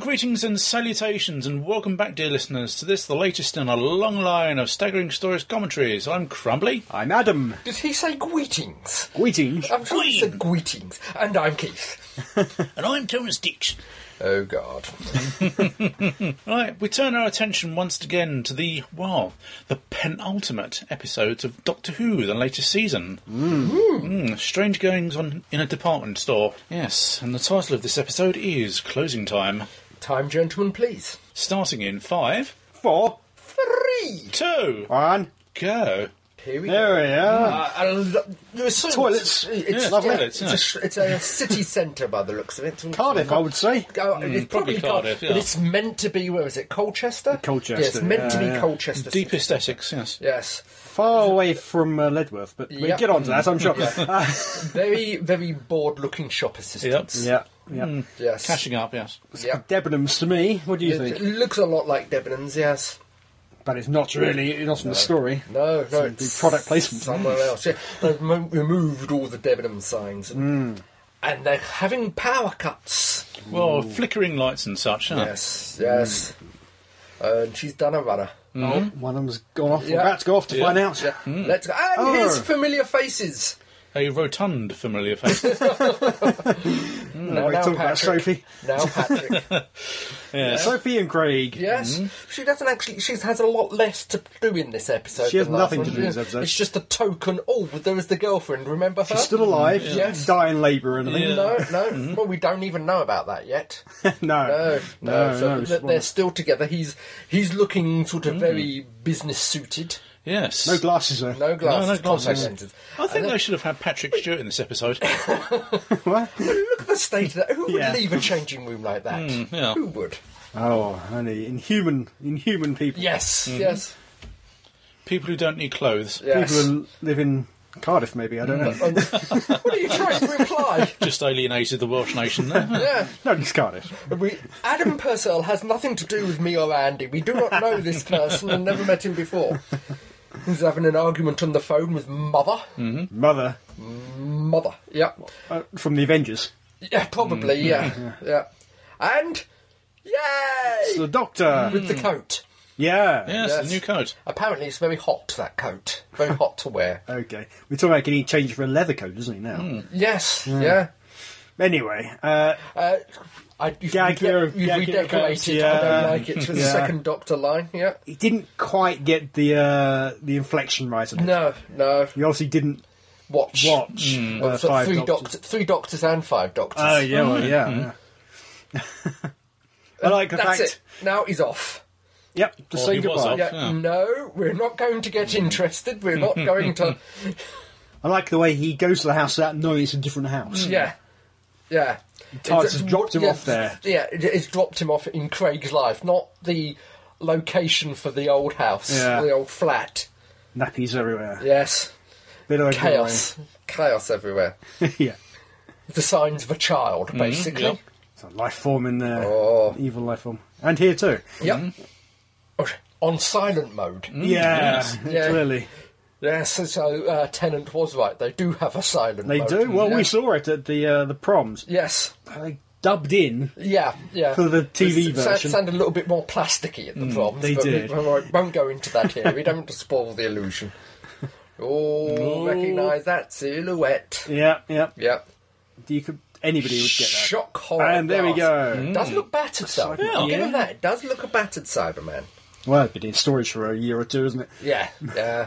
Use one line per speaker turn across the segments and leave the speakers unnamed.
Greetings and salutations, and welcome back, dear listeners, to this, the latest in a long line of staggering stories commentaries. I'm Crumbly.
I'm Adam.
Did he say greetings?
Greetings.
I'm sure he said greetings. And I'm Keith.
And I'm Thomas Dix.
Oh, God.
Right, we turn our attention once again to the, well, the penultimate episodes of Doctor Who, the latest season. Mm. strange goings on in a department store. Yes, and the title of this episode is Closing Time.
Time, gentlemen, please.
Starting in five,
Four.
Three.
two,
One.
go.
Here we
There
go.
we are.
Uh, and lo- there's so much-
Toilets.
It's,
Yeah,
lovely.
toilets,
it's,
yeah.
a, sh- it's a city centre by the looks of it. It's all-
Cardiff, I would say.
Oh,
probably
it's probably
Cardiff,
Cardiff,
yeah.
but it's meant to be. Where is it? Colchester.
Colchester,
Yeah, it's meant
yeah,
to be
yeah.
Colchester. city.
Deepest Essex, yes.
Yes.
Far away from uh, Ledworth, but we
Yep.
get on to that, I'm sure. Uh,
Very, very bored-looking shop assistants.
yeah. Yeah.
Yes.
Cashing up, yes.
Yeah.
Debenhams to me. What do you
It, it
think?
looks a lot like Debenhams. Yes.
But it's not really, it's not from the story.
No, no,
the
it's
product placement.
somewhere else. Yeah, they've mo- removed all the Debenham signs,
Hmm.
and, and they're having power cuts.
Well, flickering lights and such, huh?
Yes, yes. Uh, and she's done a runner.
Oh, one of them's gone off. We're
Yeah.
about to go off to
Yeah.
find out.
Yeah, Let's go. And
Oh.
here's familiar faces.
A rotund familiar face.
Now-
we
now
talk about
Patrick.
Sophie.
Now Patrick.
Hmm.
yes.
Sophie and Craig.
yes, she doesn't actually. She has a lot less to do in this episode.
She has
than last
nothing to
one.
do in this episode.
It's just a token. Oh, there was the girlfriend. Remember her?
She's still Hmm. alive.
Yes.
Die in labour and everything.
no, no. Well, we don't even know about that yet.
no.
No, no.
No,
so
no,
th-
it's
they're,
wonderful.
still together. He's he's looking sort of very business suited.
Yes.
No glasses, though.
No glasses,
no glasses.
contact lenses.
I think they should have had Patrick Stewart in this episode.
What?
Look at the state of that. Who would
Yeah.
leave a changing room like that?
yeah.
Who would?
Oh, only inhuman, inhuman people.
Yes, yes,
People who don't need clothes.
yes.
People who live in Cardiff, maybe. I don't know.
Um, what are you trying to imply?
Just alienated the Welsh nation there.
Yeah.
No, it's Cardiff.
We, Adam Purcell has nothing to do with me or Andy. We do not know this person and never met him before. He's having an argument on the phone with mother.
Mother
Mother, yeah.
uh, from the Avengers.
Yeah,
Mm.
probably, yeah. yeah. And, yay!
It's the Doctor.
with the coat.
Yeah.
Yes,
Yes.
the new coat.
Apparently, it's very hot. That coat, very hot to wear.
Okay. We're talking about getting changed for a leather coat, isn't he? Now.
Hmm. Yes,
Mm.
yeah.
Anyway, uh,
Uh, I, you've
Gag your-
you've
gag your coats,
redecorated. I
yeah.
don't like it. To the
Yeah.
second Doctor line. Yeah.
he didn't quite get the uh, the inflection right. on it.
No, no.
He obviously didn't
Watch.
watch
Hmm. Well,
uh,
so
five
three
Doctors.
doctors, Hmm. three doctors, and five doctors.
Oh yeah, well, yeah. yeah. I like the
That's
fact.
it. Now he's off.
Yep. To
Or
say
he was
goodbye. Mm.
off.
Yeah.
Yeah.
No, we're not going to get interested. We're not going to.
I like the way he goes to the house without knowing it's a different house.
Hmm. Yeah. Yeah.
Tides
It's-
has dropped him off there.
Yeah, it, it's dropped him off in Craig's life, not the location for the old house,
Yeah.
the old flat.
Nappies everywhere.
Yes.
Bit of a
Chaos. Chaos everywhere.
giveaway. yeah.
The signs of a child,
Mm-hmm.
basically.
yep.
It's a life form in there.
Oh.
Evil life form. And here too.
Yep.
Mm-hmm.
Oh, On silent mode.
yeah,
yes.
Hmm. Yeah.
Clearly.
Yes, so, so uh, Tennant was right. They do have a silent
They
mode.
do. Well,
Yeah.
we saw it at the uh, the proms.
Yes.
They dubbed in
Yeah, yeah.
For the TV
It
version. Mm,
sounded a little bit more plasticky at the proms.
they
but we-
did.
We, won't- won't go into that here. We don't want to spoil the illusion. Oh, recognise that silhouette.
Yeah, yeah.
Yep.
You could anybody would get that.
Shock horror.
And there we
blast. Mm.
go.
Does look battered though.
like-
I'll give
Yeah.
him that. It does look a battered Cyberman.
Well, it's been in storage for a year or two, isn't it?
Yeah, Uh, yeah.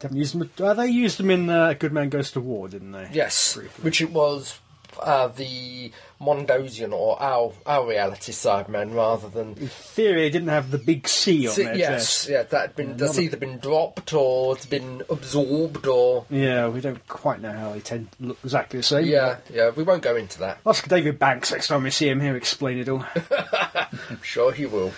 Haven't used them. Uh, they used them in uh, Good Man Goes to War, didn't they?
Yes, which it was uh, the Mondosian or our our reality Cyberman rather than.
Theory didn't have the big C on
See-
their
yes,
chest.
yeah, that had been that's either been dropped or it's been absorbed or
Yeah, we don't quite know how they tend to look exactly the same.
yeah, yeah. We won't go into that.
Ask David Banks next time we see him. He'll explain it all.
I'm sure he will.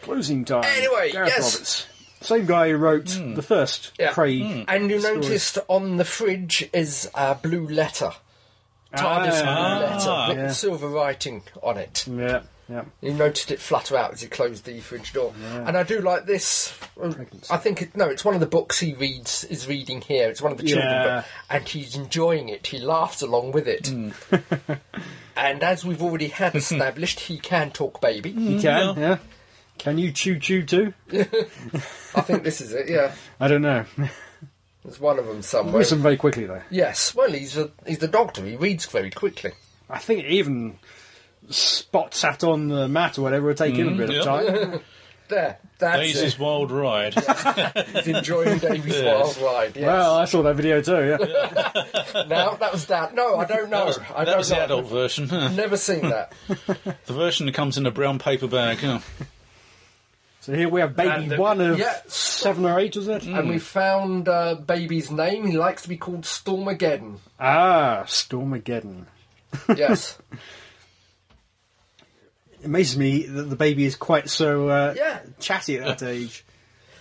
Closing time.
Anyway,
Gareth
yes.
Roberts. Same guy who wrote the first
Yeah. Hmm.
Craig.
And you noticed on the fridge is a blue letter, TARDIS
Ah,
blue letter with
yeah.
silver writing on it.
Yeah. Yeah.
You noticed it flutter out as he closed the fridge door. And I do like this. I think it, no, it's one of the books he reads is reading here. It's one of the children,
Yeah.
book, and he's enjoying it. He laughs along with it. and as we've already had established, he can talk baby.
You can, yeah. Can you choo choo too?
I think this is it. Yeah,
I don't know.
there's one of them somewhere.
Listen very quickly though.
Yes, well, he's a, he's the doctor. He reads very quickly.
I think it even spot sat on the mat or whatever would take him a bit
yeah.
of time.
There, that's
Daisy's
it.
wild ride.
He's enjoying Davy's
Yes.
wild ride. Yes.
Well, I saw that video too. Yeah.
now that was that. No, I don't know.
That was,
I
that
don't
was
know.
the adult version. the
Never seen that.
version that comes in a brown paper bag. huh?
So here we have baby
And, uh,
one of
yeah. Mm.
seven or eight, was it?
and
Hmm.
we found uh, baby's name. He likes to be called Stormageddon.
Ah, Stormageddon.
Yes.
It amazes me that the baby is quite so uh,
Yeah.
chatty at that age.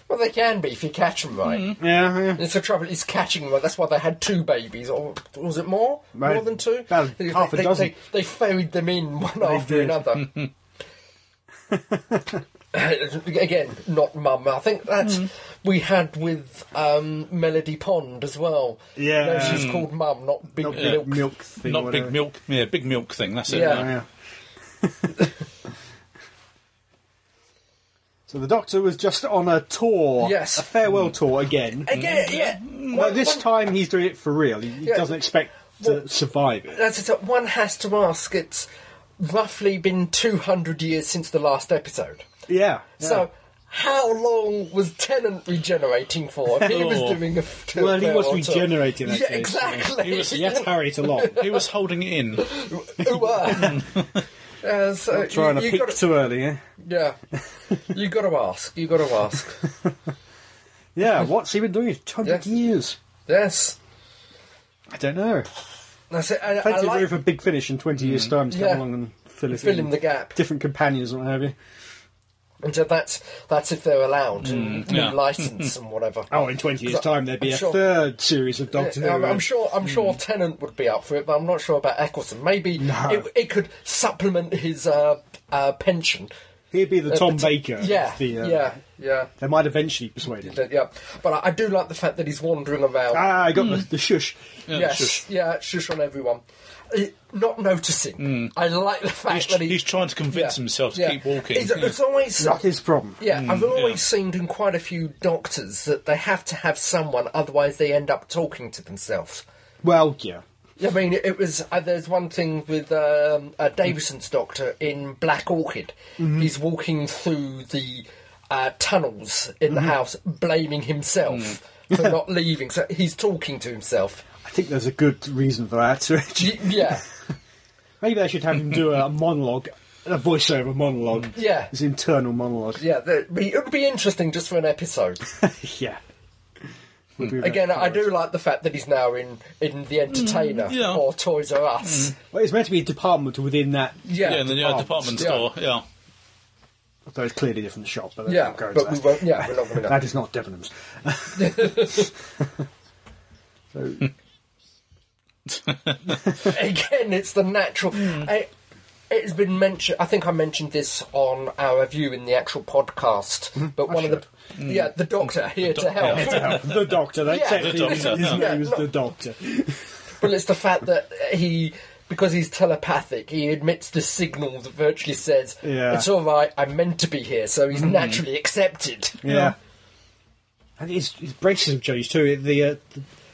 well, they can be if you catch them right.
Hmm.
Yeah, yeah.
It's the trouble. It's catching them. right. That's why they had two babies, or was it more?
Right.
More than two?
About
They-
half a
they,
dozen.
They, they ferried them in one after
did.
another. Again, not mum. I think that's
Hmm.
we had with um, Melody Pond as well.
Yeah.
No, she's called Mum, not Big
Not
Milk.
big milk thing.
Not
whatever.
big milk. Yeah, big milk thing. That's it.
Yeah.
Yeah. so the doctor was just on a tour.
Yes.
A farewell tour again.
Again, yeah.
Hmm. But
One-
this
one-
time he's doing it for real. He, he
Yeah.
doesn't expect to survive it.
that's it. One has to ask. It's roughly been two hundred years since the last episode.
Yeah. yeah.
So, how long was Tennant regenerating for? If he was
Oh.
doing a f- to
Well, he
a
was
farewell tour.
regenerating, I
Yeah,
guess.
exactly.
He was-
he had to hurry it along.
He was holding it in.
Ooh-ah. Uh, so
Trying to
you,
peek
got to,
too early, eh?
yeah, you got to ask. You got to ask.
Yeah, what's he been doing? It's 200
Yeah.
years.
yes,
I don't know. Mm.
that's it. And I,
Plenty of room
like
for big finish in 20 years' time to
Yeah.
come along and fill it
fill
in.
in the gap,
Different companions and what have you.
and so that's that's if they're allowed
Mm,
and
yeah.
license and whatever.
Oh, in 20 years' time, there'd be
I'm
a
sure-
third series of Doctor
Yeah,
Who. uh,
I'm, I'm sure. I'm sure
Mm.
Tennant would be up for it, but I'm not sure about Eccleston. Maybe it, it could supplement his uh, uh, pension.
He'd be the
Uh,
Tom
but-
Baker. of
Yeah,
the, uh,
yeah, yeah,
They might eventually persuade him.
yeah, yeah. But I, I do like the fact that he's wandering around.
Ah, I got the, the shush.
yes,
shush.
Mm. yeah, shush on everyone. Uh, not noticing. I like the fact
Mm. He's,
that he,
he's trying to
yeah,
convince himself to
yeah.
keep walking. Mm,
It's, it's always
Not his problem.
yeah. I've always seen in quite a few doctors that they have to have someone, otherwise they end up talking to themselves.
Well, yeah.
I mean, it was. Uh, there's one thing with um, uh, Davison's doctor in Black Orchid. He's walking through the uh, tunnels in the house, blaming himself for not leaving. So he's talking to himself.
I think there's a good reason for that.
Y- yeah,
Maybe they should have him do a monologue, a voiceover monologue.
Yeah.
His internal monologue.
yeah. that- but It would be interesting just for an episode.
Yeah. Would be
Again,
very
I do like the fact that he's now in in the Entertainer
yeah.
or Toys R Us.
Well, it's meant to be a department within that,
Oh, Yeah,
yeah, in the yeah, department
department
store.
store. Yeah.
although it's clearly a different shop. But
Yeah,
that's not
but we won't. Yeah, we're not going to.
That is not Debenham's. so,
again, it's the natural. I, it's been mentioned. I think I mentioned this on our review in the actual podcast. But one of the yeah, Hmm. the doctor here to help.
the doctor. That's
Yeah,
technically
the
his
doctor,
his
yeah.
name is
Yeah,
the doctor.
but it's the fact that he. Because he's telepathic, he admits the signal that virtually says,
Yeah.
"It's all right. I'm meant to be here," so he's naturally accepted.
Yeah. And his, his braces have changed too. The, uh,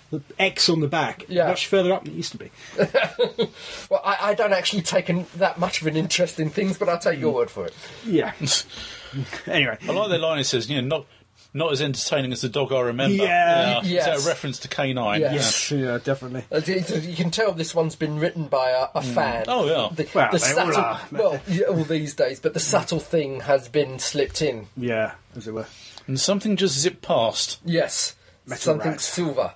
the, the X on the back,
Yeah.
much further up than it used to be.
Well, I, I don't actually take an, that much of an interest in things, but I'll take your word for it.
Yeah. anyway.
I like the line it says, you know, not not as entertaining as the dog I remember.
Yeah.
Is that
Yes.
a reference to Canine?
Yes.
Yes, yeah, definitely.
Uh, You you can tell this one's been written by a, a fan.
Oh, yeah.
The,
Well,
the
they all
subtle,
are.
well, yeah, all these days, but the subtle thing has been slipped in.
Yeah, as it were.
And something just zipped past.
Yes, something
rat.
silver.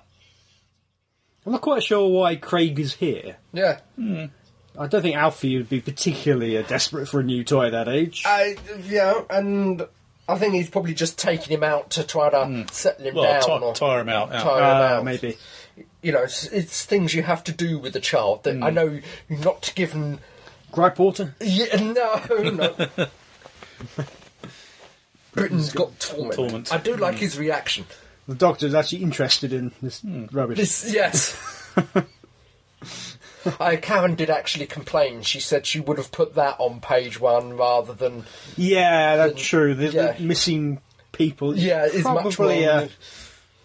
I'm not quite sure why Craig is here.
Yeah,
I don't think Alfie would be particularly uh, desperate for a new toy at that age.
I yeah, and I think he's probably just taking him out to try to settle him
Well,
down
ti
or
tire him out. yeah.
tire him
Uh,
out.
maybe.
You know, it's, it's things you have to do with a child that I know you're not given
Cry Porter?
Yeah, no, no. Britain's got torment.
Torment.
I do like his reaction.
The doctor's actually interested in this rubbish.
This, yes. Uh, Karen did actually complain. She said she would have put that on page one rather than
yeah, that's true. The, the
yeah.
missing people.
yeah. It's much more.
probably uh,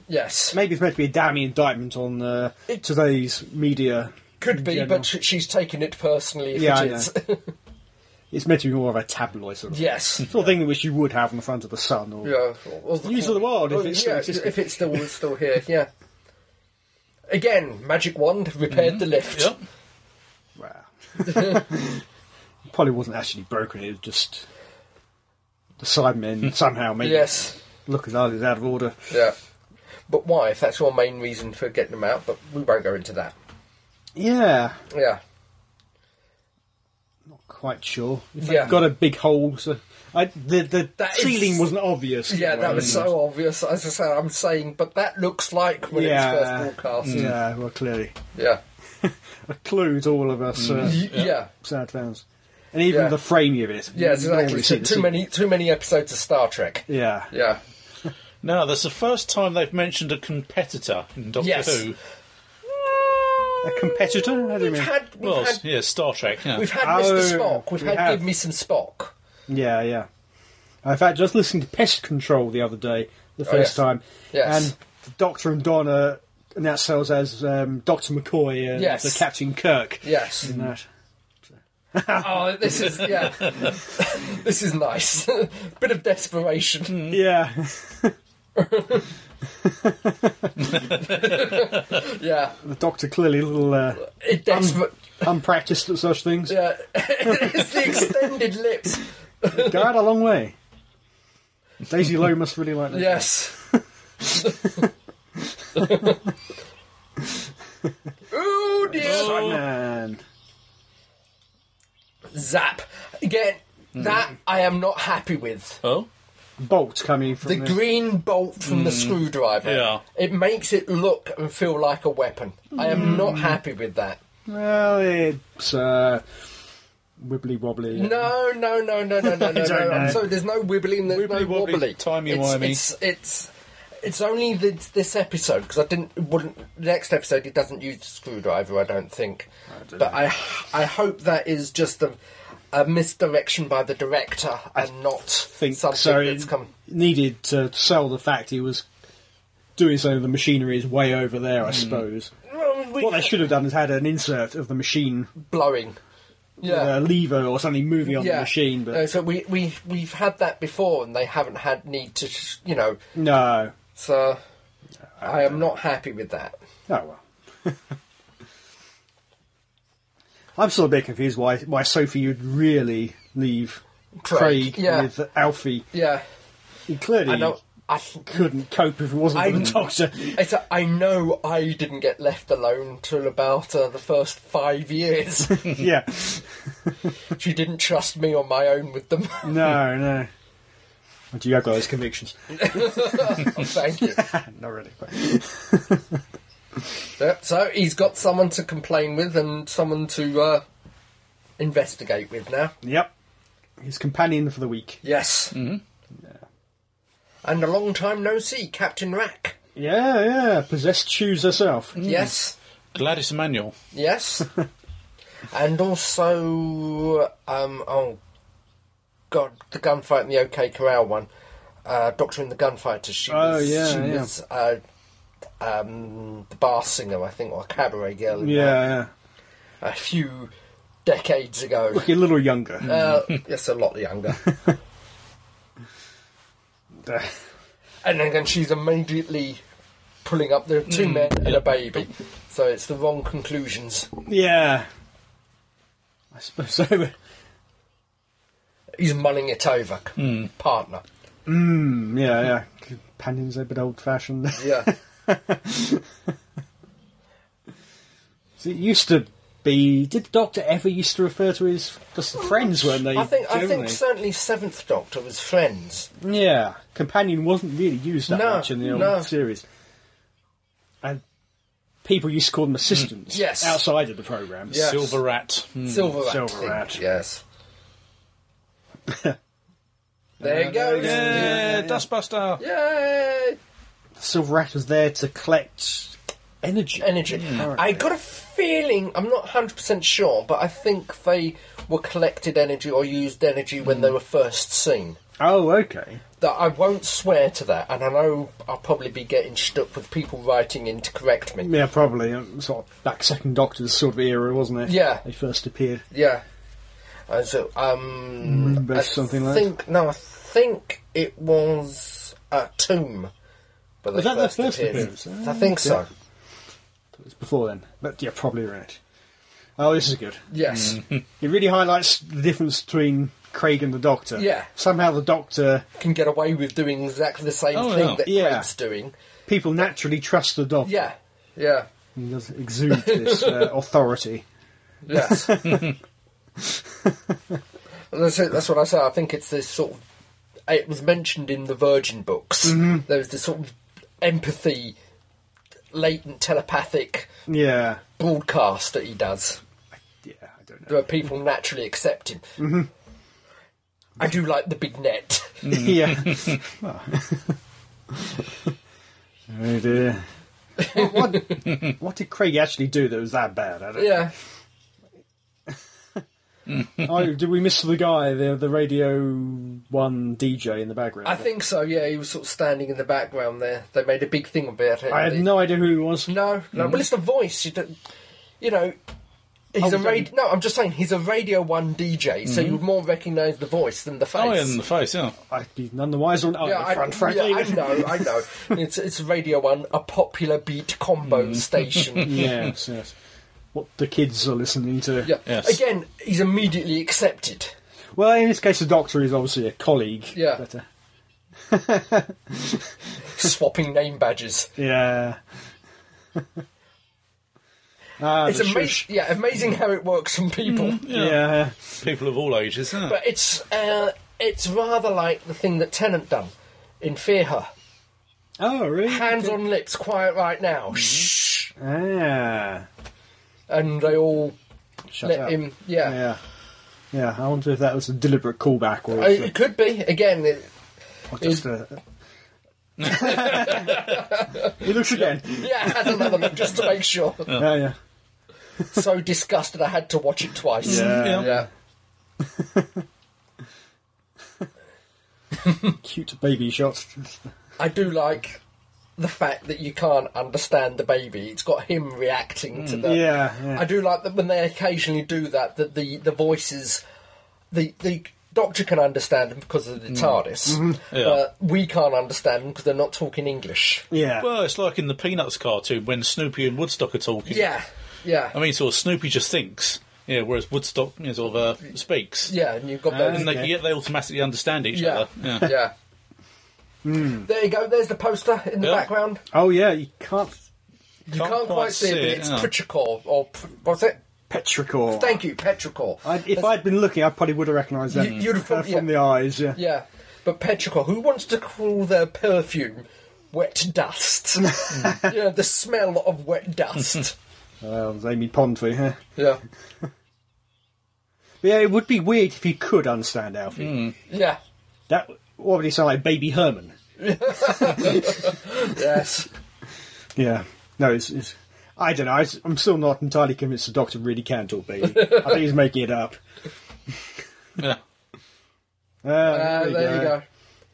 yes,
maybe it's meant to be a damning indictment on uh,
It-
today's media.
could be,
general.
but sh- she's taken it personally. If
Yeah, I
it is.
It's meant to be more of a tabloid sort of
yes.
sort of thing which you would have on the front of the Sun or
Yeah. or- or
News of the world, if
or-
it's still
yeah,
existing.
if it's still it's still here. Yeah. Again, magic wand
Mm-hmm.
repaired the lift.
Yep.
Wow. Probably wasn't actually broken, it was just the Sidemen somehow made
Yes.
it look as though it was out of order.
Yeah. But why? If that's your main reason for getting them out, but we won't go into that.
Yeah,
Yeah.
not quite sure. If
Yeah.
they've got a big hole, so I, the, the
That is-
ceiling wasn't obvious.
Yeah, that was so obvious. As I said, I'm saying, but that looks like when
yeah, Mm.
it was first broadcast. Yeah.
yeah, well, clearly.
Yeah.
A clue to all of us uh,
Y- yeah.
sad fans. And even
Mm. Yeah.
the framing of it.
Yeah,
You
exactly.
normally
Too,
see the
too
se-
many, too many episodes of Star Trek.
Yeah.
Yeah,
Now, that's the first time they've mentioned a competitor in Doctor
Yes.
Who.
A competitor? How do you
we've
mean?
had, we've
Well,
had,
yeah, Star Trek. Yeah.
we've had
Oh,
Mr. Spock. We've
we
had
have.
Give Me Some Spock.
Yeah, yeah. In fact, just listening to Pest Control the other day, the first
Oh,
time,
yes. Yes.
and the Doctor and Donna announced themselves as um, Doctor McCoy and
Yes. Mm.
the Captain Kirk.
Yes.
In that.
Oh, this is yeah. this is nice. Bit of desperation.
Yeah,
Yeah.
the Doctor clearly a little uh,
It desperate.
unpracticed at such things.
Yeah. it's the extended lips.
Go out a long way. Daisy Lowe must really like that.
Yes. Ooh dear!
Simon.
Zap again. That I am not happy with.
Oh,
Bolt coming
The
from the,
green bolt from the screwdriver.
Yeah.
It makes it look and feel like a weapon. I am not happy with that.
well, it's uh, wibbly wobbly.
No, no, no, no, no, no, no.
don't
no.
know.
So there's no wibbling, there's
Wibbly
no
wobbly,
wobbly.
timey
it's,
wimey.
It's it's it's only the, this episode because I didn't. it Wouldn't the next episode? It doesn't use the screwdriver, I don't think. but I I hope that is just a, a misdirection by the director and not
think
something
so.
that's come.
Needed to sell the fact he was doing so. The machinery is way over there, I suppose.
Well, Hmm. we-
What they should have done is had an insert of the machine
blowing. Yeah.
with a lever or something moving on the machine,
No,
but
so we we we've had that before, and they haven't had need to, sh- you know.
no.
So I am not happy with that.
Oh well. I'm still a bit confused why why Sophie would really leave
Craig,
Craig,
yeah.
with Alfie.
Yeah,
He clearly
I know. I th-
couldn't cope if it wasn't for
I-
the doctor.
it's a, I know I didn't get left alone till about uh, the first five years.
yeah.
she didn't trust me on my own with them.
No, no. Well, Do you have got those convictions?
Oh, thank you.
Not really. but-
Yeah, so he's got someone to complain with and someone to uh, investigate with now.
Yep. His companion for the week.
Yes. Mm-hmm. And a long time no see, Captain Rack.
Yeah, yeah. Possessed shoes herself.
Yes.
Gladys Emanuel.
Yes. and also, um, oh, God, the gunfight in the OK Corral one. Uh, Doctor in the Gunfighters. She
Oh,
was,
yeah,
she
yeah.
was uh, um, the bar singer, I think, or a cabaret girl. in that,
Yeah,
A few decades ago.
yeah. You're a little younger.
uh, yes, a lot younger. And then again, she's immediately pulling up. There are
Mm.
two men and a baby. So it's the wrong conclusions.
yeah. I suppose so. but-
He's mulling it over. Partner.
Mm, yeah, yeah. Companions are a bit old fashioned.
Yeah.
So it used to be. Did the Doctor ever used to refer to his just friends, weren't they?
Oh, I think I
generally?
think certainly Seventh Doctor was friends.
Yeah, companion wasn't really used that
No,
much in the old
no.
series. And people used to call them assistants
Mm. Yes.
outside of the program.
Yeah. Yes.
Silver Rat. Hmm.
Silver Rat.
Silver
thing,
Rat.
Yes. there it goes.
Yeah, Dustbuster.
Yay!
Silver Rat was there to collect energy.
Energy. I got a feeling, I'm not 100% sure, but I think they were collected energy or used energy when
Hmm.
they were first seen.
Oh, okay.
That I won't swear to that, and I know I'll probably be getting stuck with people writing in to correct me.
Yeah, probably. um, Sort of back second Doctor's sort of era, wasn't it?
Yeah.
They first appeared.
Yeah. And so, um,
Moonbase, something like that?
think no, I think it was a tomb. But
Was that their first appearance?
I think so.
It was before then. But yeah, probably right. Oh, this is good.
Yes.
It really highlights the difference between Craig and the Doctor.
Yeah.
Somehow the Doctor,
Can get away with doing exactly the same
Oh,
thing
yeah.
that
Yeah.
Craig's doing.
people naturally trust the Doctor.
Yeah. Yeah.
He does exude this uh, authority.
Yes. that's, it, that's what I say. I think it's this sort of. It was mentioned in the Virgin books.
Mm-hmm.
There was this sort of empathy, latent telepathic
Yeah.
broadcast that he does.
Yeah, I don't know.
where people naturally accept him. I do like the big net.
yeah.
Mm.
oh dear. What, what, what did Craig actually do that was that bad? I don't
yeah.
Oh, did we miss the guy, the the Radio One DJ in the background?
I think so, yeah. He was sort of standing in the background there. They made a big thing about it.
I had no idea who he was.
No, no. Well, it's the voice. You, don't, you know, he's
Oh,
a radio. No, I'm just saying he's a Radio 1 DJ, so you would more recognise the voice than the face.
Oh, in the face, yeah.
I'd be none the wiser. On, oh,
yeah, I,
Fran Franklin.
yeah, I know, I know. It's, it's Radio 1, a popular beat combo station.
yes, yes. What the kids are listening to.
Yeah.
Yes.
Again, he's immediately accepted.
Well, in this case, the doctor is obviously a colleague.
Yeah.
But, uh,
Swapping name badges.
yeah. ah,
It's
the
amazing,
shush. Mm-hmm.
yeah, amazing how it works on people.
Yeah.
Yeah.
People of all ages, isn't it?
But it's uh, it's rather like the thing that Tennant done in Fear Her.
Oh, really?
Hands on lips, quiet right now.
Mm-hmm.
Shh,
Ah.
and they all
Shut
let
up.
him. Yeah,
Yeah. Yeah, I wonder if that was a deliberate callback or,
Uh,
if, uh,
it could be again. It,
or just a. he looks again.
yeah, I had another look just to make sure.
Yeah, yeah.
so disgusted, I had to watch it twice.
Yeah.
yeah.
Cute baby shot.
I do like the fact that you can't understand the baby. It's got him reacting to the.
Mm. Yeah, yeah.
I do like that when they occasionally do that. That the the voices, the the doctor can understand them because of the TARDIS,
Yeah.
but we can't understand them because they're not talking English.
Yeah.
Well, it's like in the Peanuts cartoon when Snoopy and Woodstock are talking.
Yeah, yeah,
I mean, sort of Snoopy just thinks, yeah, whereas Woodstock you know, sort of uh, speaks.
yeah. And you've got
And
those.
they,
Okay.
yet they automatically understand each
Yeah,
other.
yeah.
Yeah.
There you go. There's the poster in the
Yeah.
background.
oh, yeah, you can't.
You can't, quite, see it, but it's
yeah.
Prichikor or Pr- what's it?
Petrichor.
Thank you, Petrichor.
I, if I'd been looking, I probably would have recognised that
You- you'd have
uh,
thought-
from
yeah.
the eyes. Yeah.
Yeah, but petrichor. Who wants to call their perfume wet dust? you know, the smell of wet dust.
Well, there's Amy Pond for you. Huh?
yeah,
But yeah, it would be weird if you could understand Alfie.
Hmm. yeah,
That already sound like Baby Herman.
yes.
Yeah. No, it's. it's I don't know. I, am still not entirely convinced the Doctor really can talk Baby. I think he's making it up.
Yeah.
Uh,
Uh, there you go.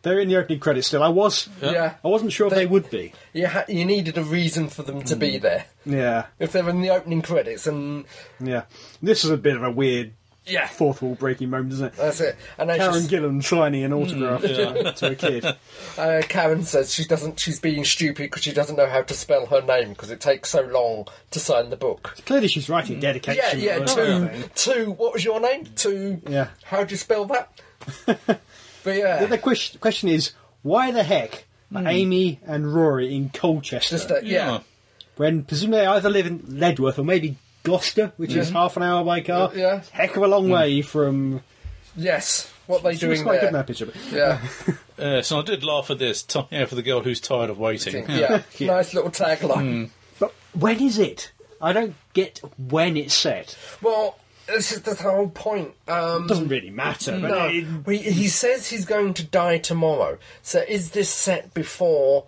They're in the opening credits still. I was.
Yeah,
I wasn't sure if they, would be.
you ha- you needed a reason for them to be there.
Yeah.
If they're in the opening credits, and
Yeah. This is a bit of a weird
yeah,
fourth wall breaking moment, isn't it?
that's it. And then
Karen
she's-
Gillan signing an autograph
Hmm.
to, to a kid.
uh, Karen says she doesn't. She's being stupid because she doesn't know how to spell her name because it takes so long to sign the book.
Clearly, she's writing
Mm. Yeah,
dedication.
yeah,
or
to
something.
to what was your name? To
Yeah.
How do you spell that? but
The
yeah,
other question, question is why the heck are Amy and Rory in Colchester
Mm. just a,
Oh.
yeah,
when presumably they either live in Ledworth or maybe Gloucester, which is half an hour by car?
Mm. Yeah.
Heck of a long way from.
yes. What they
She was
doing
quite good
there?
in that picture. but-
yeah,
Uh, so I did laugh at this. T- yeah, for the girl who's tired of waiting.
yeah. Nice little tagline.
But When is it? I don't get when it's set.
Well, this is the whole point. Um,
Doesn't really matter. But
no,
it-
he, he says he's going to die tomorrow. So is this set before?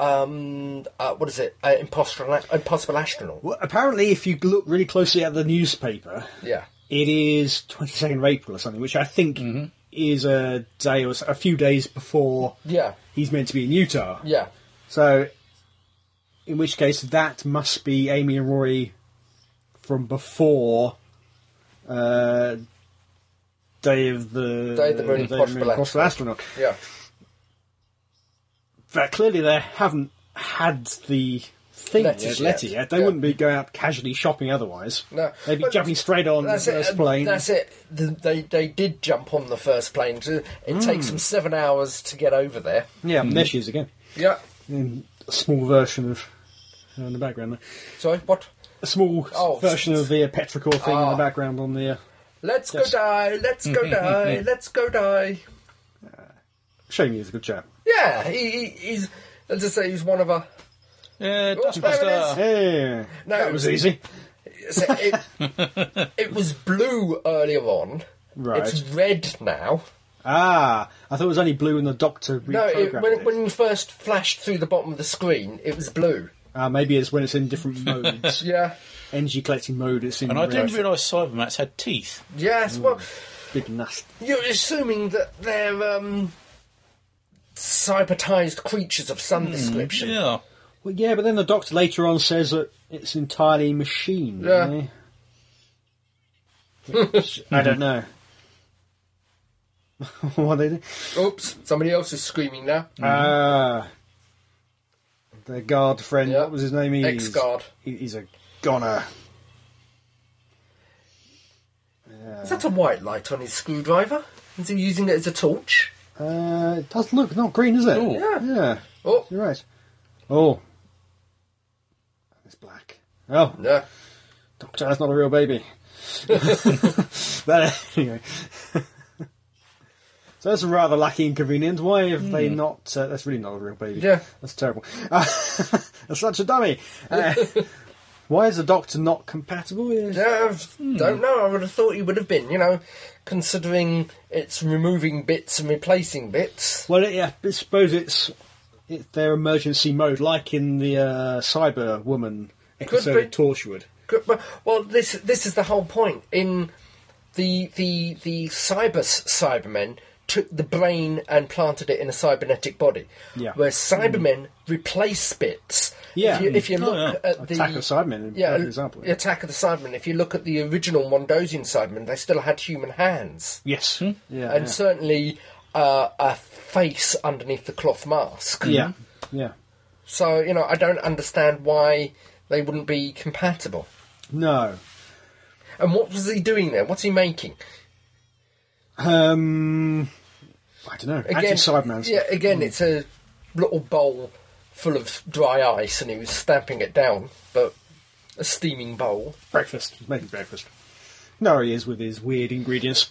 Um, uh, what is it? Uh, impossible, impossible astronaut.
well, apparently, if you look really closely at the newspaper,
Yeah.
it is 22nd of April or something, which I think
Mm-hmm.
is a day or s- a few days before
Yeah.
he's meant to be in Utah.
Yeah.
So, in which case, that must be Amy and Rory from before uh, Day of the
Day of the Moon Impossible
Impossible Astronaut.
Yeah.
But clearly, they haven't had the thing
Letters
yet,
yet.
letter yet. They
Yeah.
wouldn't be going out casually shopping otherwise.
No.
They'd be
But
jumping straight on the
That's
first
it.
plane.
That's it. The, they they did jump on the first plane. It
Hmm.
takes them seven hours to get over there.
Yeah,
Mm.
there she is again.
Yeah.
In a small version of. uh, In the background, there.
Sorry. What?
a small
Oh,
version of the uh, petrichor thing in
Ah.
the background on the uh,
Let's
Yes. Mm-hmm,
go die. Let's go die. Let's go die.
showing you is a good chap.
Yeah. He, he he's. Let's just say he's one of a.
Yeah,
Oh,
Dust
there it
Buster.
is.
Yeah,
No,
that was easy.
So it, it was blue earlier on.
Right.
It's red now.
Ah, I thought it was only blue and the Doctor
No, it,
reprogrammed
when,
it.
it- when you first flashed through the bottom of the screen, it was blue.
Ah, maybe it's when it's in different modes.
Yeah.
Energy collecting mode, it's in
And I didn't
red.
realise Cybermats had teeth.
Hmm.
Yes. Well,
big nasty.
you're assuming that they're um, cybertized creatures of
Hmm.
some description.
Yeah.
Well, yeah, but then the Doctor later on says that it's entirely machine.
Yeah.
eh? Which, I don't know. what they do?
Oops. Somebody else is screaming now.
Ah, their guard friend.
Yeah.
What was his name? He's-
Ex-guard.
he- He's a goner.
Is that a white light on his screwdriver? Is he using it as a torch?
Uh, it does look not green, is it?
Ooh.
Yeah.
Yeah.
Oh.
You're right. Oh. It's black. Oh,
No.
Doctor, that's not a real baby. but anyway. so that's a rather lucky inconvenience. Why have they not. Uh, that's really not a real baby.
Hmm. Yeah.
That's terrible. Uh, that's such a dummy. Uh, why is the Doctor not compatible? Is-
Yeah,
Hmm.
I don't know. I would have thought he would have been, you know, considering it's removing bits and replacing bits.
Well, yeah, I suppose it's, it's their emergency mode, like in the uh, Cyber Woman episode
be.
of Torchwood.
Good, but- Well, this this is the whole point. In the the the cyber cybermen took the brain and planted it in a cybernetic body.
Yeah.
Where cybermen replace bits.
Yeah.
If you, if you
Oh,
look
yeah.
at the
Attack of Cybermen,
yeah,
for example.
the attack of the Cybermen. If you look at the original Mondosian Cybermen, they still had human hands.
Yes. Yeah.
Hmm?
yeah.
and certainly uh, a face underneath the cloth mask.
yeah. Yeah.
So you know, I don't understand why they wouldn't be compatible.
No.
And what was he doing there? What's he making?
Um. I don't know. Anti Cyberman.
yeah.
Mm.
Again, it's a little bowl full of dry ice, and he was stamping it down, but a steaming bowl.
Breakfast. He's making breakfast. No, he is with his weird ingredients.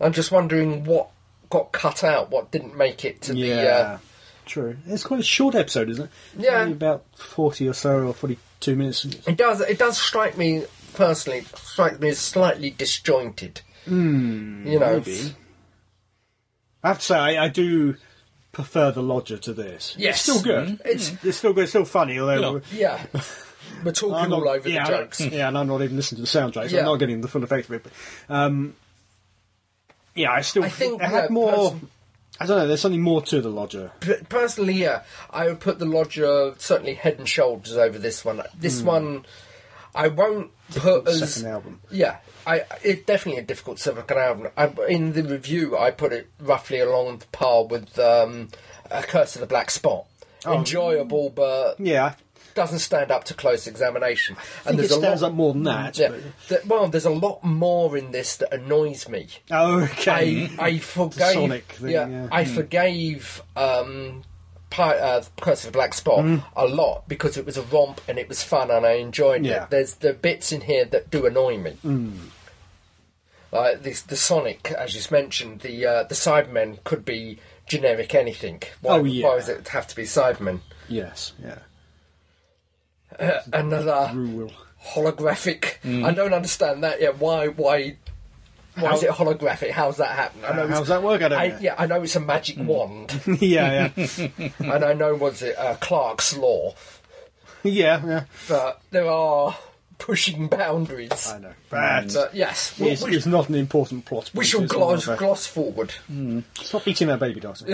I'm just wondering what got cut out, what didn't make it to the. Uh,
True. It's quite a short episode, isn't it?
Yeah.
Only about 40 or so, or 42 minutes.
it does. It does strike me personally. it Strikes me as slightly disjointed. Mm, you
Hmm,
know.
maybe. I have to say, I, I do prefer the Lodger to this.
Yes. Mm-hmm.
It's still good.
It's-
It's still good. It's still funny, although.
Yeah. We're talking all over
yeah,
the jokes.
I'm- yeah, and I'm not even listening to the soundtrack, so
Yeah.
I'm not getting the full effect of it. But, um, yeah, I still
I think,
it had
yeah,
more.
person-
I don't know. There's something more to the Lodger.
P- Personally, yeah, I would put the Lodger certainly head and shoulders over this one. This one, I won't put
Hmm. Second
as
album.
yeah. I it definitely a difficult second album. I, in the review, I put it roughly along the par with um, a Curse of the Black Spot.
Oh.
Enjoyable, but
Yeah,
doesn't stand up to close examination.
I think it stands up more than that.
Mm, Yeah,
but-
th- well, there's a lot more in this that annoys me.
Oh, Okay.
I, I forgave.
Sonic thing,
yeah,
yeah. Hmm.
I forgave um, Pi- uh, Curse of the Black Spot
Hmm.
a lot because it was a romp and it was fun and I enjoyed
Yeah. Hmm.
it. There's the bits in here that do annoy me. Like this, the Sonic, as you mentioned, the uh, the Cybermen could be generic anything. Why,
Oh, yeah.
why does it have to be Cybermen?
yes. Yeah.
uh, another
Rule.
holographic.
Mm.
I don't understand that yet. Why? Why? Why
How-
is it holographic? How's that happen? I know it's-
How's that work? Mm. I don't
I,
know.
yeah, I know it's a magic wand,
yeah, yeah.
and I know what's it uh, Clark's law,
yeah, yeah.
but there are pushing boundaries.
I know. But
But yes, uh, we,
it's, it's not an important plot.
we
point,
shall
it's Mm.
gloss,
all about-
gloss forward.
Stop eating that baby dot.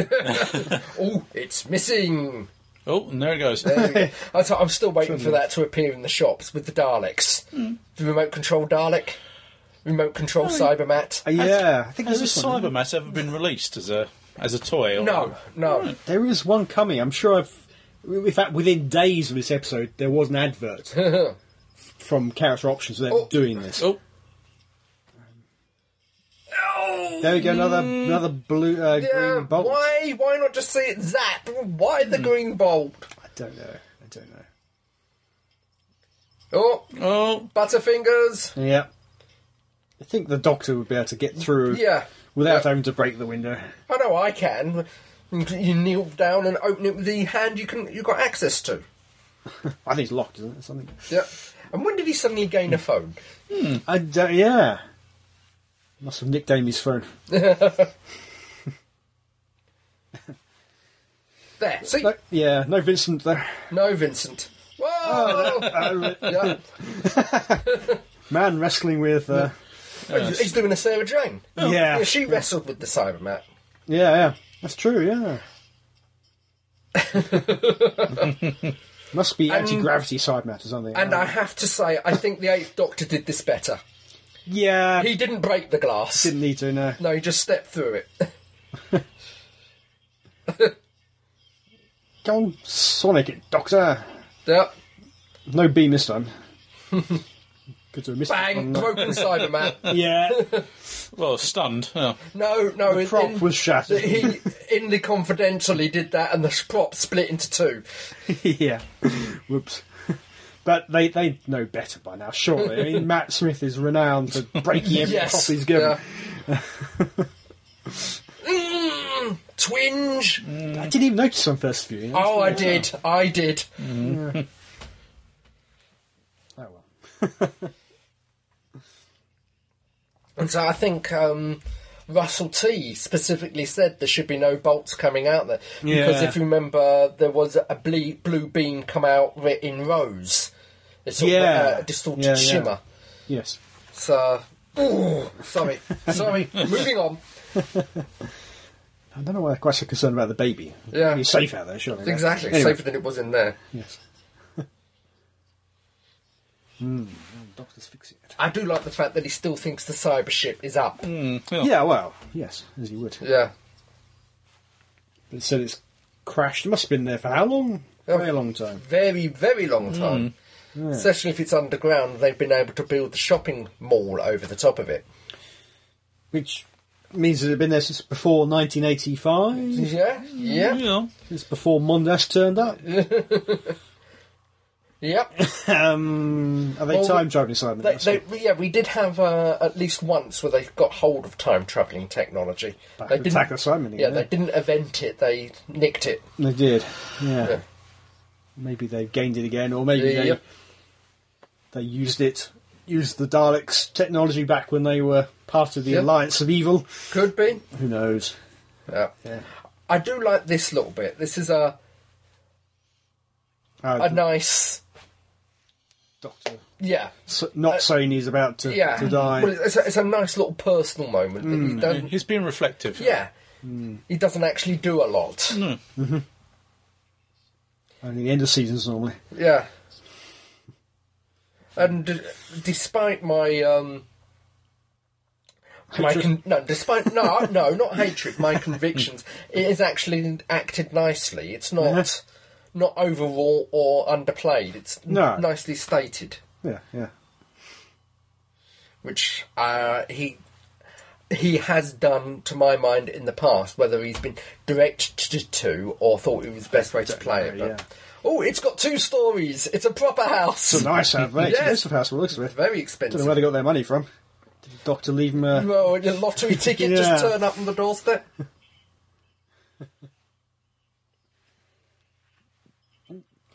Oh, it's missing.
Oh, and there it goes.
Uh,
I thought- I'm still waiting for that to appear in the shops with the Daleks.
Mm.
The remote control Dalek, remote control Cybermat.
yeah, Oh, I think
Has a
there's this one.
Cybermat ever been released as a as a toy? Or
No, no.
There is one coming. I'm sure I've. In fact, within days of this episode, there was an advert from Character Options that
Oh.
doing this.
Oh,
There we go, another another blue uh,
Yeah,
green bolt. Hmm.
why? Why not just say it zap? Why the green bolt?
I don't know. I don't know.
Oh,
oh,
Butterfingers.
Yeah, I think the Doctor would be able to get through.
Yeah.
Without
Yeah.
having to break the window.
I know I can. You kneel down and open it with the hand you can. You got access to.
I think it's locked, isn't it? or Something.
Yeah. And when did he suddenly gain a phone?
I don't, uh, yeah. Must have nicked Amy's phone.
There. See.
No, yeah, no Vincent there.
No, Vincent. Whoa.
Uh,
yeah.
man wrestling with. Uh,
Oh, He's doing a Sarah Jane.
Oh. yeah.
Yeah, Oh, she wrestled with the Cybermat.
Yeah, yeah. That's true, yeah. Must be anti gravity side matter or something.
And I have to say, I think the Eighth Doctor did this better.
yeah,
He didn't break the glass.
didn't need to, no.
No, he just stepped through it.
Go on, Sonic it, Doctor.
yep.
No beam this time. Could have missed this
Bang.
one.
Broken Cybermat.
Yeah,
well, stunned. Oh.
No, no.
the
in-
prop
in-
was shattered.
He, in the confidential, he did that, and the prop split into two.
yeah, whoops. But they, they know better by now, surely. I mean, Matt Smith is renowned for breaking every prop
Yes.
he's given.
yeah. Mm, twinge.
I didn't even notice on first viewing.
Oh, I did. I did.
Oh, well.
And so I think um, Russell T specifically said there should be no bolts coming out there because
Yeah.
if you remember, there was a ble- blue beam come out ri- in rows. It's sort
Yeah.
of a distorted
Yeah, yeah.
shimmer.
Yes.
So, ooh, sorry, sorry. Moving on.
I don't know why they're quite so concerned about the baby.
Yeah.
He's safe out there, surely. right?
Exactly,
Anyway,
safer than it was in there.
Yes. Hmm. Doctors fix it.
I do like the fact that he still thinks the cyber ship is up.
Mm,
Yeah, well, yes, as you would.
Yeah.
It said it's crashed. It must have been there for how long?
Oh.
Very long time.
very, very long time. Especially if it's underground, they've been able to build the shopping mall over the top of it.
Which means it had been there since before 1985.
Yeah, yeah,
yeah.
Since before Mondas turned up.
yep.
Um, are they
Well,
time traveling, Simon?
They, they, we- yeah, we did have uh, at least once where they got hold of time travelling technology.
Back
they
with Attack of Simon
Yeah,
again,
they
yeah.
didn't invent it; they nicked it.
They did. Yeah.
Yeah.
Maybe they've gained it again, or maybe
Yeah.
they they used it, used the Daleks' technology back when they were part of the
Yeah.
Alliance of Evil.
Could be.
Who knows?
Yeah.
Yeah.
I do like this little bit. This is a
Uh,
a nice.
Doctor.
Yeah,
So, not saying he's about to,
Uh, yeah.
to die.
Well, it's, a, it's a nice little personal moment. that you don't
He's being reflective.
Yeah.
Mm.
He doesn't actually do a lot.
Only the end of seasons normally.
Yeah. And d- despite my um my con- no, despite no, no, not hatred, my convictions, it is actually acted nicely. It's not not overwrought or underplayed. It's n-
No.
nicely stated,
Yeah, yeah.
which uh he he has done, to my mind, in the past, whether he's been directed to or thought it was the best way to play it.
know,
But,
yeah.
Oh, it's got two stories. It's a proper house.
It's a nice house, very
Yes.
expensive house, by the looks of it.
Very
Don't know where
expensive.
they got their money from. Did the Doctor leave him a.
Well, your lottery ticket
Yeah.
just turn up on the doorstep.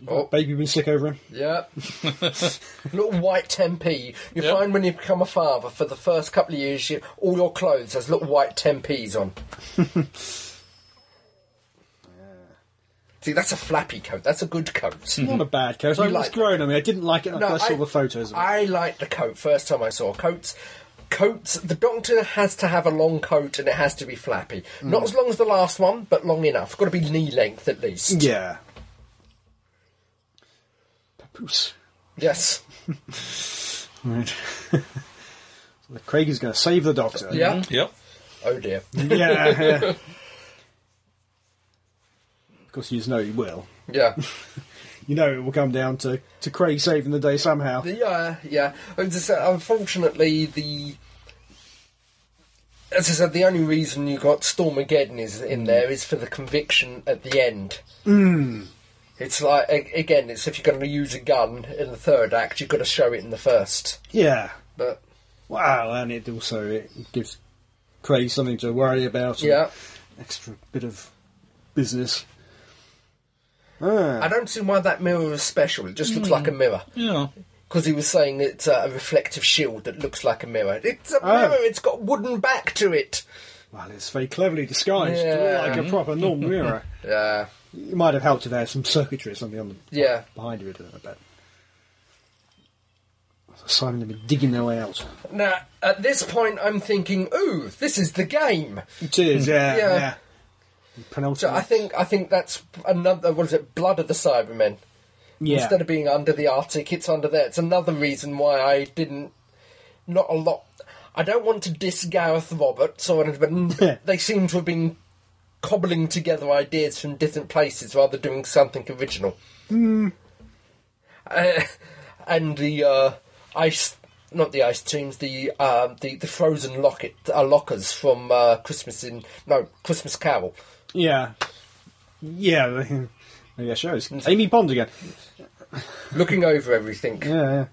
Oh,
Baby been sick over him.
yeah. Little white tempe. You
Yep.
find when you become a father, for the first couple of years, you, all your clothes has little white tempes on. See, that's a flappy coat. That's a good coat.
Not a bad coat. I was
like-
grown on me. I didn't like it after I saw Mm-hmm. the photos of it.
I liked the coat first time I saw coats. Coats. The Doctor has to have a long coat and it has to be flappy.
Mm.
Not as long as the last one, but long enough. Got to be knee length at least.
Yeah. Papoose.
Yes.
Right. so the Craig is going to save the Doctor.
Yeah.
Yep.
Oh dear.
Yeah. yeah. of course, you just know he will.
Yeah.
You know it will come down to, to Craig saving the day somehow.
Yeah, yeah. Uh, As I said, Unfortunately, the as I said, the only reason you got Stormageddon is in there is for the conviction at the end. Mm. It's like a- again, it's if you're going to use a gun in the third act, you've got to show it in the first.
Yeah.
But
Wow, and it also it gives Craig something to worry about. and
yeah,
Extra bit of business. Ah.
I don't see why that mirror is special. It just looks like a mirror
Yeah.
because he was saying it's uh, a reflective shield that looks like a mirror. It's a
Oh.
mirror. It's got wooden back to it.
Well, it's very cleverly disguised, to look
Yeah.
like a proper normal mirror.
Yeah,
It might have helped if they had some circuitry or something on the
yeah.
behind it, I bet. So Simon have been digging their way out.
Now, at this point, I'm thinking, ooh, this is the game.
It is, yeah,
Yeah.
yeah. Penultimate.
So I think I think that's another. What is it? Blood of the Cybermen.
yeah.
Instead of being under the Arctic, it's under there. It's another reason why I didn't. Not a lot. I don't want to diss Gareth Roberts or anything, but they seem to have been cobbling together ideas from different places rather than doing something original. Uh, and the uh, ice, not the ice teams, the um, the the frozen locket uh, lockers from uh, Christmas in no Christmas Carol.
yeah, yeah. hmm, Maybe I show it's
Mm.
Amy Bond again.
looking over everything.
Yeah, yeah.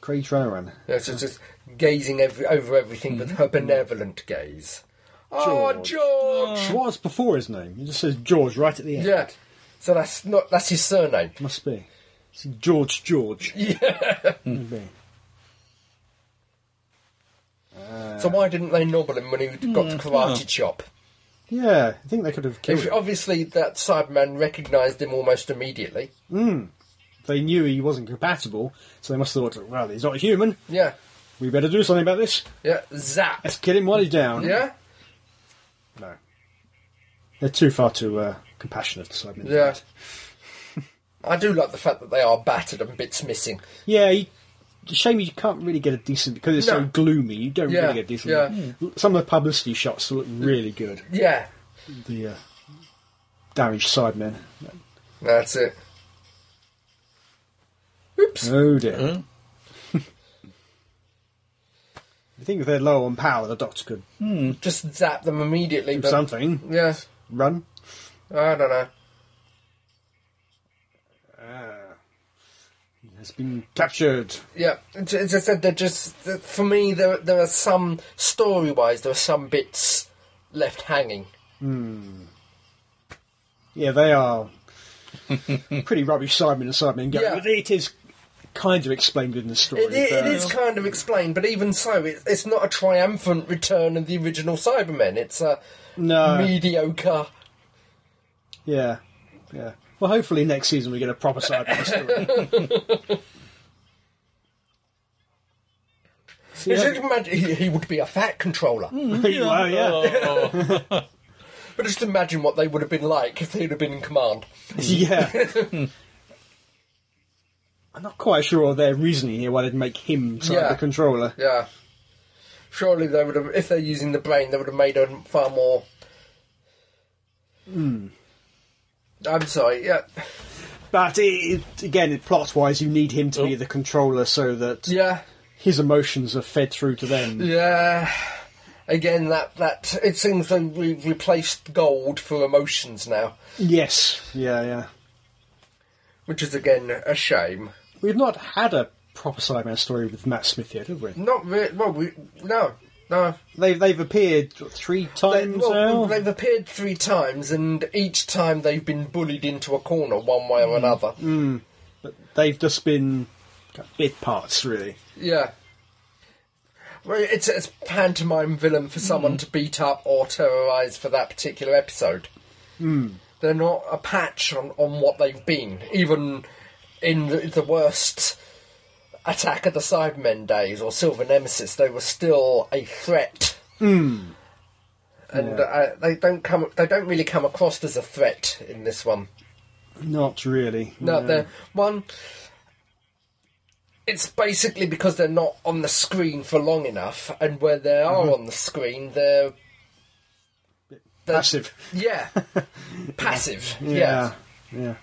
Craig Tranaran.
You know, so just gazing every, over everything with her benevolent gaze. Oh,
George.
George!
Schwartz before his name. It just says George right at the end.
Yeah. So that's not that's his surname.
Must be. It's George George. Yeah.
so why didn't they nobble him when he got the karate chop?
Yeah, I think they could have killed
If,
him.
obviously, that Cyberman recognised him almost immediately. oh.
They knew he wasn't compatible, so they must have thought, well, he's not human.
Yeah.
We better do something about this.
Yeah. Zap.
Let's kill him while he's down.
Yeah.
No. They're too far too uh, compassionate, so I mean.
Yeah. I do like the fact that they are battered and bits missing.
Yeah, you, shame you can't really get a decent because it's so
No.
gloomy. You don't
Yeah,
really get decent.
yeah.
Some of the publicity shots look really good.
Yeah.
The uh, damaged sidemen.
That's it. Oops.
Oh dear.
Huh?
I think if they're low on power, the doctor could
Just zap them immediately.
do
But,
something.
Yeah.
Run.
I don't know.
He has been captured.
Yeah, it's- it's- it's- they're just for me. There, there are some story-wise, there are some bits left hanging.
Yeah, they are pretty rubbish sidemen and sidemen go.
Yeah.
But it is kind of explained in the story.
It, it, it
but-
is kind of explained, but even so, it, it's not a triumphant return of the original Cybermen. It's a
No.
Mm. mediocre.
Yeah, yeah. Well, hopefully next season we get a proper side by story. See,
It's
I- Hmm.
just imagine, he, he would be a fat controller,
Well, yeah,
Oh,
but just imagine what they would have been like if they'd have been in command.
yeah. I'm not quite sure of their reasoning here why they'd make him side
Yeah.
the controller.
Yeah, surely they would have. If they're using the brain, they would have made a far more. I'm sorry. Yeah,
But it, it- again, plot wise, you need him
Oh.
to be the controller so that
yeah.
his emotions are fed through to them.
Yeah. Again, that that it seems like we've replaced gold for emotions now,
Yes, yeah, yeah.
which is again a shame.
We've not had a proper Sideman story with Matt Smith yet, have we?
Not really. Well, we no. No,
They've they've appeared three
They,
times
well,
now.
they've appeared three times, and each time they've been bullied into a corner one way or another.
They've just been bit parts, really.
Yeah. Well, it's it's pantomime villain for someone to beat up or terrorise for that particular episode. They're not a patch on, on what they've been, even in the, the worst Attack of the Cybermen days or Silver Nemesis. They were still a threat, and uh, they don't come. They don't really come across as a threat in this one.
Not really.
No, they're one. It's basically because they're not on the screen for long enough, and where they are on the screen, they're they're-
passive.
Yeah, passive. Yeah.
Yeah. Yeah.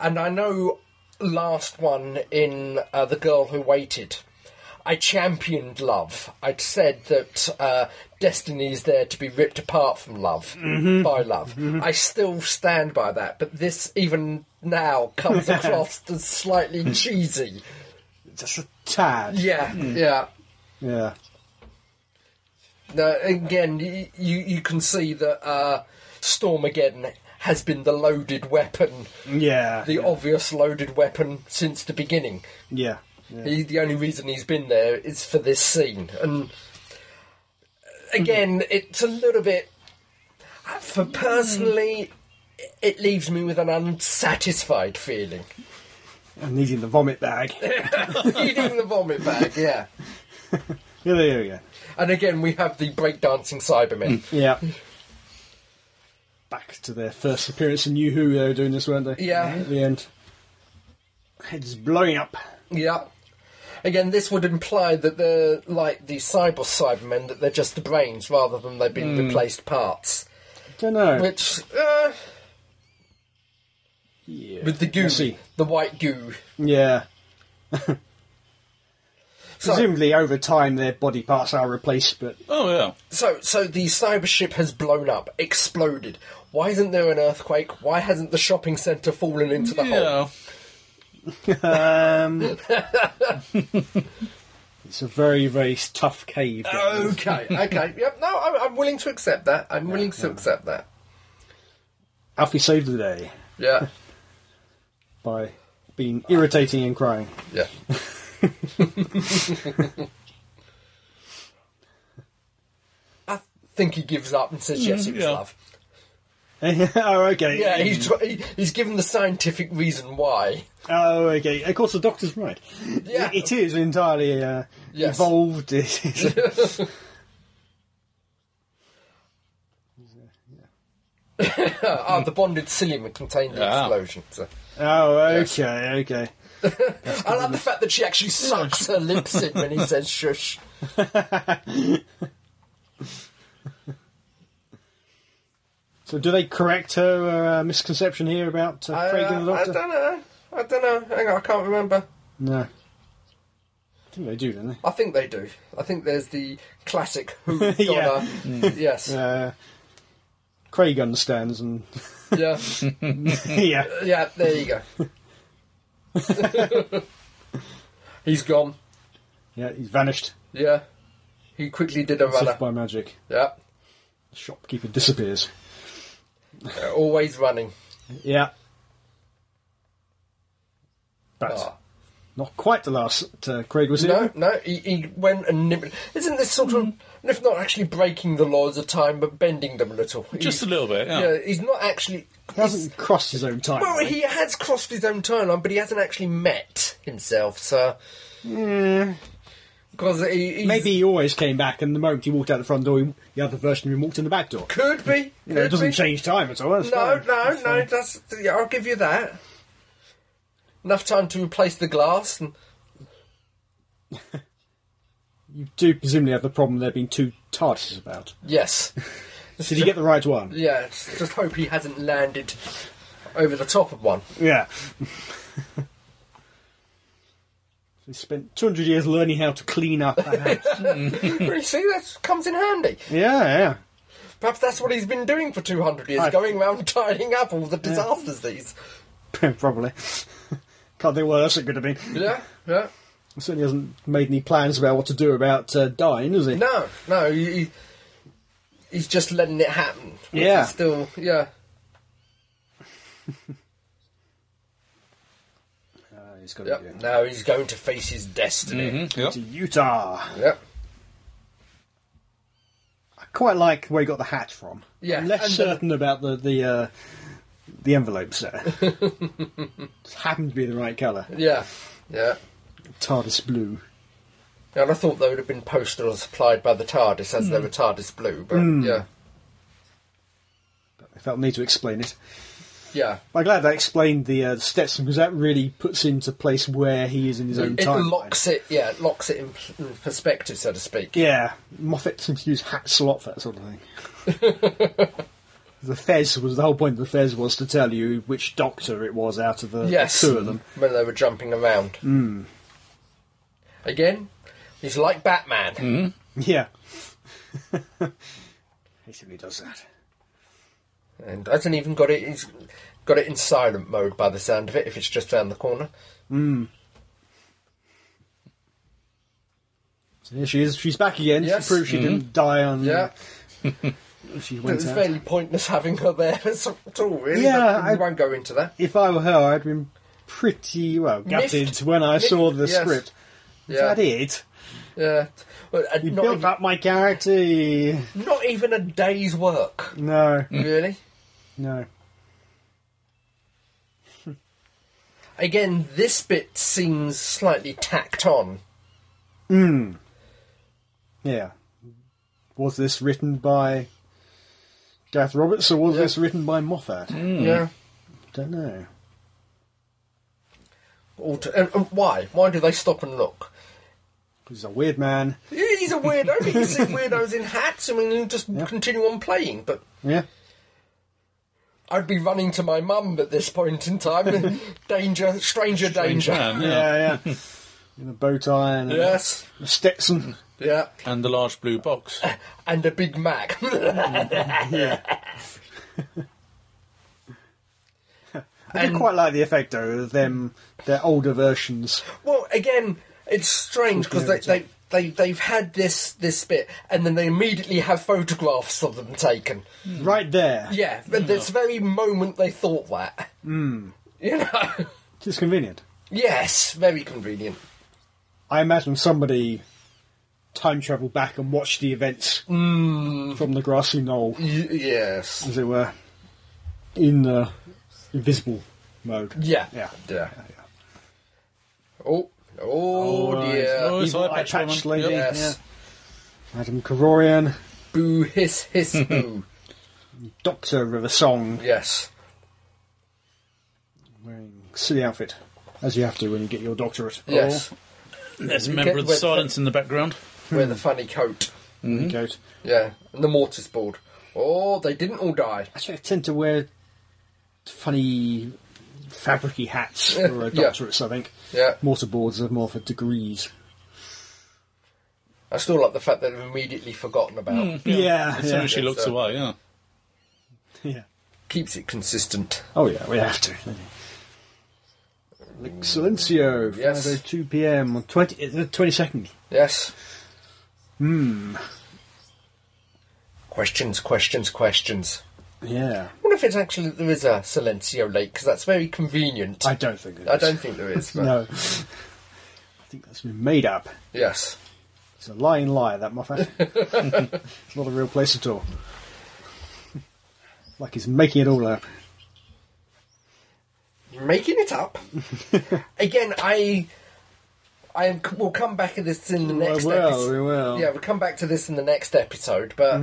and I know last one in uh, the girl who waited. I championed love. I'd said that uh, destiny is there to be ripped apart from love by love. I still stand by that, but this even now comes across as slightly cheesy.
Just a tad.
Yeah, yeah.
Yeah.
Now, again, y- you you can see that uh, Stormageddon has been the loaded weapon,
Yeah.
the obvious loaded weapon since the beginning.
yeah. Yeah.
He, the only reason he's been there is for this scene. And
Mm.
again, it's a little bit. For personally, it leaves me with an unsatisfied feeling.
I'm needing the vomit bag.
Eating the vomit bag, yeah.
Yeah, there you go.
And again, we have the breakdancing Cybermen.
Yeah. Back to their first appearance in New Who, they were doing this, weren't they?
Yeah.
At the end. Heads blowing up.
yeah. Again, this would imply that they're like the cyber Cybermen, that they're just the brains rather than they've been
Mm.
replaced parts.
Don't know.
Which, uh,
yeah.
with the goo,
We'll see.
the white goo.
Yeah.
So-
Presumably, over time, their body parts are replaced, but
Oh yeah.
So, so the cyber ship has blown up, exploded. Why isn't there an earthquake? Why hasn't the shopping centre fallen into the hole?
Yeah.
um, it's a very, very tough cave.
Oh. Okay, okay. Yep. No, I'm, I'm willing to accept that. I'm willing to accept that.
Alfie saved the day
Yeah,
by being irritating and crying.
yeah. I think he gives up and says yes, it was
yeah.
love.
oh, okay.
Yeah, he's tr- he, he's given the scientific reason why.
Oh, okay. Of course, the doctor's right.
Yeah.
It is entirely uh,
Yes.
evolved. It is-
Ah, the bonded psyllium contained the
Yeah.
explosion. So.
oh, okay, okay.
I like the fact that she actually sucks her lips in when he says shush.
So, do they correct her uh, misconception here about uh, Craig and the
I
doctor?
don't know. I don't know. Hang on, I can't remember.
No. I think they do, don't
I think they do. I think there's the classic who Donna.
Yeah.
Yes.
they? Uh, Craig understands, and
Yeah.
yeah,
Yeah, there you go. He's gone.
yeah, he's vanished,
Yeah. He quickly did a
as
runner.
if by magic.
Yeah.
The shopkeeper disappears.
Uh, Always running.
Yeah, but
Ah.
not quite the last uh, Craig was
No,
here.
no, he, he went and nibbled. Isn't this sort
Mm.
of, if not actually breaking the laws of time, but bending them a little?
Just a
He's-
little bit. Yeah.
Yeah, he's not actually.
He hasn't crossed his own time.
Well, he has crossed his own timeline, but he hasn't actually met himself, so. Because he, he's-
Maybe he always came back, and the moment he walked out the front door, he- the other version of him walked in the back door.
Could be.
You know, it
could
doesn't
be.
change time at all. That's
No,
fine.
no,
That's
no,
fine.
that's. Yeah, I'll give you that. Enough time to replace the glass and.
You do presumably have the problem there being two TARDISes about.
Yes.
Did you get the right one?
Yeah, just just hope he hasn't landed over the top of one.
Yeah. They spent 200 years learning how to clean up a house.
you see, that comes in handy.
yeah, yeah.
Perhaps that's what he's been doing for 200 years,
I-
going round tidying up all the disasters these.
Probably. Can't think what else it could have been.
Yeah, yeah.
certainly hasn't made any plans about what to do about uh, dying, has he?
No, no, he, he- he's just letting it happen. which
Yeah.
is Still, yeah.
Uh, he's got
Yep.
to
Now he's going to face his destiny.
Mm-hmm.
go to Utah.
Yep.
I quite like where he got the hat from.
Yeah,
I'm less
and uh, the-
certain about the the uh, the envelopes there. Just happened to be the right colour.
Yeah. Yeah.
TARDIS blue.
And I thought they would have been posted or supplied by the TARDIS as
Mm.
they were TARDIS blue, but yeah.
I felt the need to explain it.
Yeah.
I'm glad that explained the uh, Stetson because that really puts into place where he is in his own
It
time.
locks it, yeah, it locks it in p- in perspective, so to speak.
Yeah, Moffat seems to use hats a lot for that sort of thing. the Fez was the whole point. Of the Fez was to tell you which Doctor it was out of the
Yes.
two of them. Hmm.
When they were jumping around. Again, he's like Batman.
Yeah, he simply does that.
And hasn't even got it, he's got it in silent mode by the sound of it, if it's just down the corner.
So here she is. She's back again.
Yes. Mm-hmm.
To prove she didn't die on.
Yeah.
She
It
went
was
out.
fairly pointless having her there at all, really.
Yeah,
but we
I-
won't go into that.
If I were her, I'd been pretty well gutted
Miffed.
when I saw the
Miffed, yes.
script. Is
Yeah.
that it?
Yeah. Well, and
You
not,
built
even,
up my character.
not even a day's work,
No,
really.
no.
Again, this bit seems slightly tacked on.
Yeah. Was this written by Gareth Roberts or was this written by Moffat?
Yeah.
Don't know.
All to, and, and why? Why do they stop and look?
He's a weird man.
Yeah, He's a weirdo. He can see weirdos in hats. I mean, he'll just continue on playing. But
Yeah.
I'd be running to my mum at this point in time. danger, stranger danger.
Man, yeah.
Yeah, yeah. In a bow tie and a
Yes.
Stetson.
Yeah.
And the large blue box.
And a Big Mac.
Yeah. I do
And-
quite like the effect though of them their older versions.
Well, again, it's strange because they, they, they, they've had this, this bit and then they immediately have photographs of them taken.
Right there.
Yeah, but this very moment they thought that. Mm. You know?
Just convenient.
yes, very convenient.
I imagine somebody time travelled back and watched the events
Mm.
from the grassy knoll.
Y- yes.
as it were, in the invisible mode.
Yeah.
Yeah.
Yeah. Oh, oh,
Oh,
dear.
Oh, it's
Evil
like
eye
patch
patch
woman.
lady.
Yep.
Yes.
Madame Carorian,
Boo, hiss, hiss, boo.
Doctor of a Song,
Yes.
wearing silly outfit, as you have to when you get your doctorate. Oh,
Yes.
There's a member
Get-
of the
uh,
wait,
silence in the background.
Wear the funny coat.
Or
Mm-hmm.
coat.
Yeah. And the mortise board. Oh, they didn't all die.
Actually, I tend to wear funny fabricy hats for a
Yeah.
doctorates, I think.
Yeah.
Mortarboards are more for degrees.
I still like the fact that they've immediately forgotten about.
Yeah,
As soon
yeah.
as she looks
So-
away, yeah.
Yeah.
Keeps it consistent.
Oh, yeah, we have to. Excellencio,
Yes.
Friday, 2 pm on uh, 20, the 22nd.
Yes. Hmm. Questions, questions, questions.
Yeah.
I wonder if it's actually there is a Silencio Lake because that's very convenient.
I don't think it is.
I don't think there is. But
No. I think that's been made up.
Yes.
It's a lying lie, that Moffat. it's not a real place at all. Like he's making it all up.
making it up again. I, I am. We'll come back to this in the next.
we will,
episode.
we will. Mm-hmm.
Yeah, we'll come back to this in the next episode. But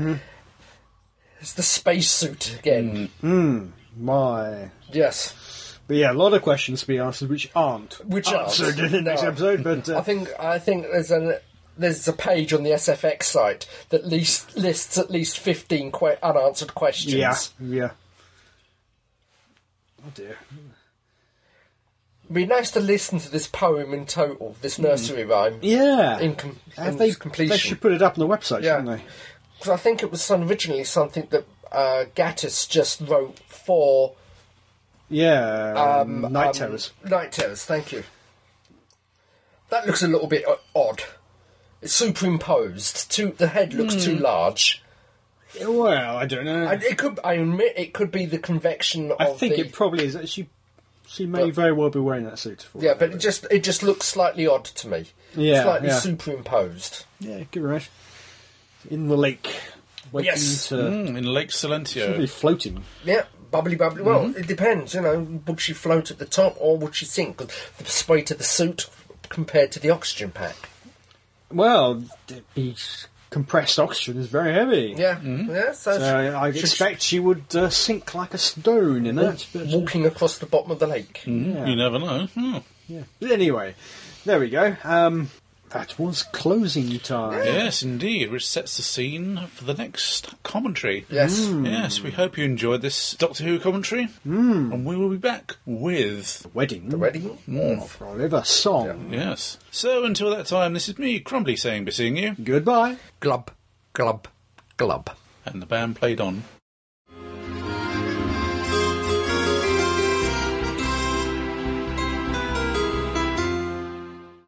it's the spacesuit
Mm.
again.
My.
Yes,
But yeah, a lot of questions to be answered which aren't
Which aren't.
answered in the next
No.
episode, but. Uh,
I think. I think there's an. There's a page on the SFX site that least, lists at least 15 que- unanswered questions.
yeah. Yeah. Oh dear.
It'd be nice to listen to this poem in total, this nursery rhyme.
Mm. Yeah.
In, com-
Have
in
they,
completion.
they should put it up on the website,
Yeah.
shouldn't they?
Because I think it was some, originally something that uh, Gattis just wrote for
Yeah.
um,
Night
um,
Terrors.
Night Terrors, thank you. that looks a little bit o- odd. It's superimposed. Too, the head looks
Hmm.
too large.
Well, I don't know.
And
I,
it could, I admit, it could be the convection of
think
the,
it probably is. She she may
But-
very well be wearing that suit. For
Yeah,
it,
but it just it just looks slightly odd to me.
Yeah,
slightly
yeah.
superimposed.
yeah, give her a rest. In the lake, waiting
Yes. Mm-hmm.
to
Mm, in Lake
should be
Silentio.
floating.
Yeah, bubbly bubbly. Well,
Mm-hmm.
it depends. You know, would she float at the top or would she sink? 'Cause the weight of the suit compared to the oxygen pack.
Well, the the compressed oxygen is very heavy.
Yeah, yeah. So,
Mm-hmm. So I
she-
expect she would uh, sink like a stone in that.
she's
But,
walking across the bottom of the lake.
yeah,
You never know. Hmm.
yeah. But anyway, there we go. Um, that was closing time.
Yes, indeed, which sets the scene for the next commentary.
Yes.
Hmm.
Yes, we hope you enjoyed this Doctor Who commentary,
Hmm.
and we will be back with
Wedding.
Ready?
more.
of Oliver Song.
Yes. So until that time, this is me, Crumbly, saying, be seeing you,
Goodbye.
Glub, glub, glub.
and the band played on.